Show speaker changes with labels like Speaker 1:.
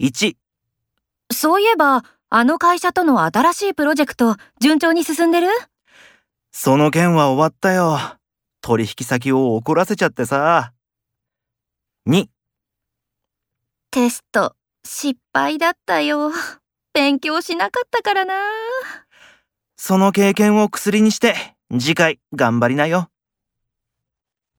Speaker 1: 1、
Speaker 2: そういえば、あの会社との新しいプロジェクト、順調に進んでる
Speaker 1: その件は終わったよ。取引先を怒らせちゃってさ。2、
Speaker 2: テスト、失敗だったよ。勉強しなかったからな。
Speaker 1: その経験を薬にして、次回頑張りなよ。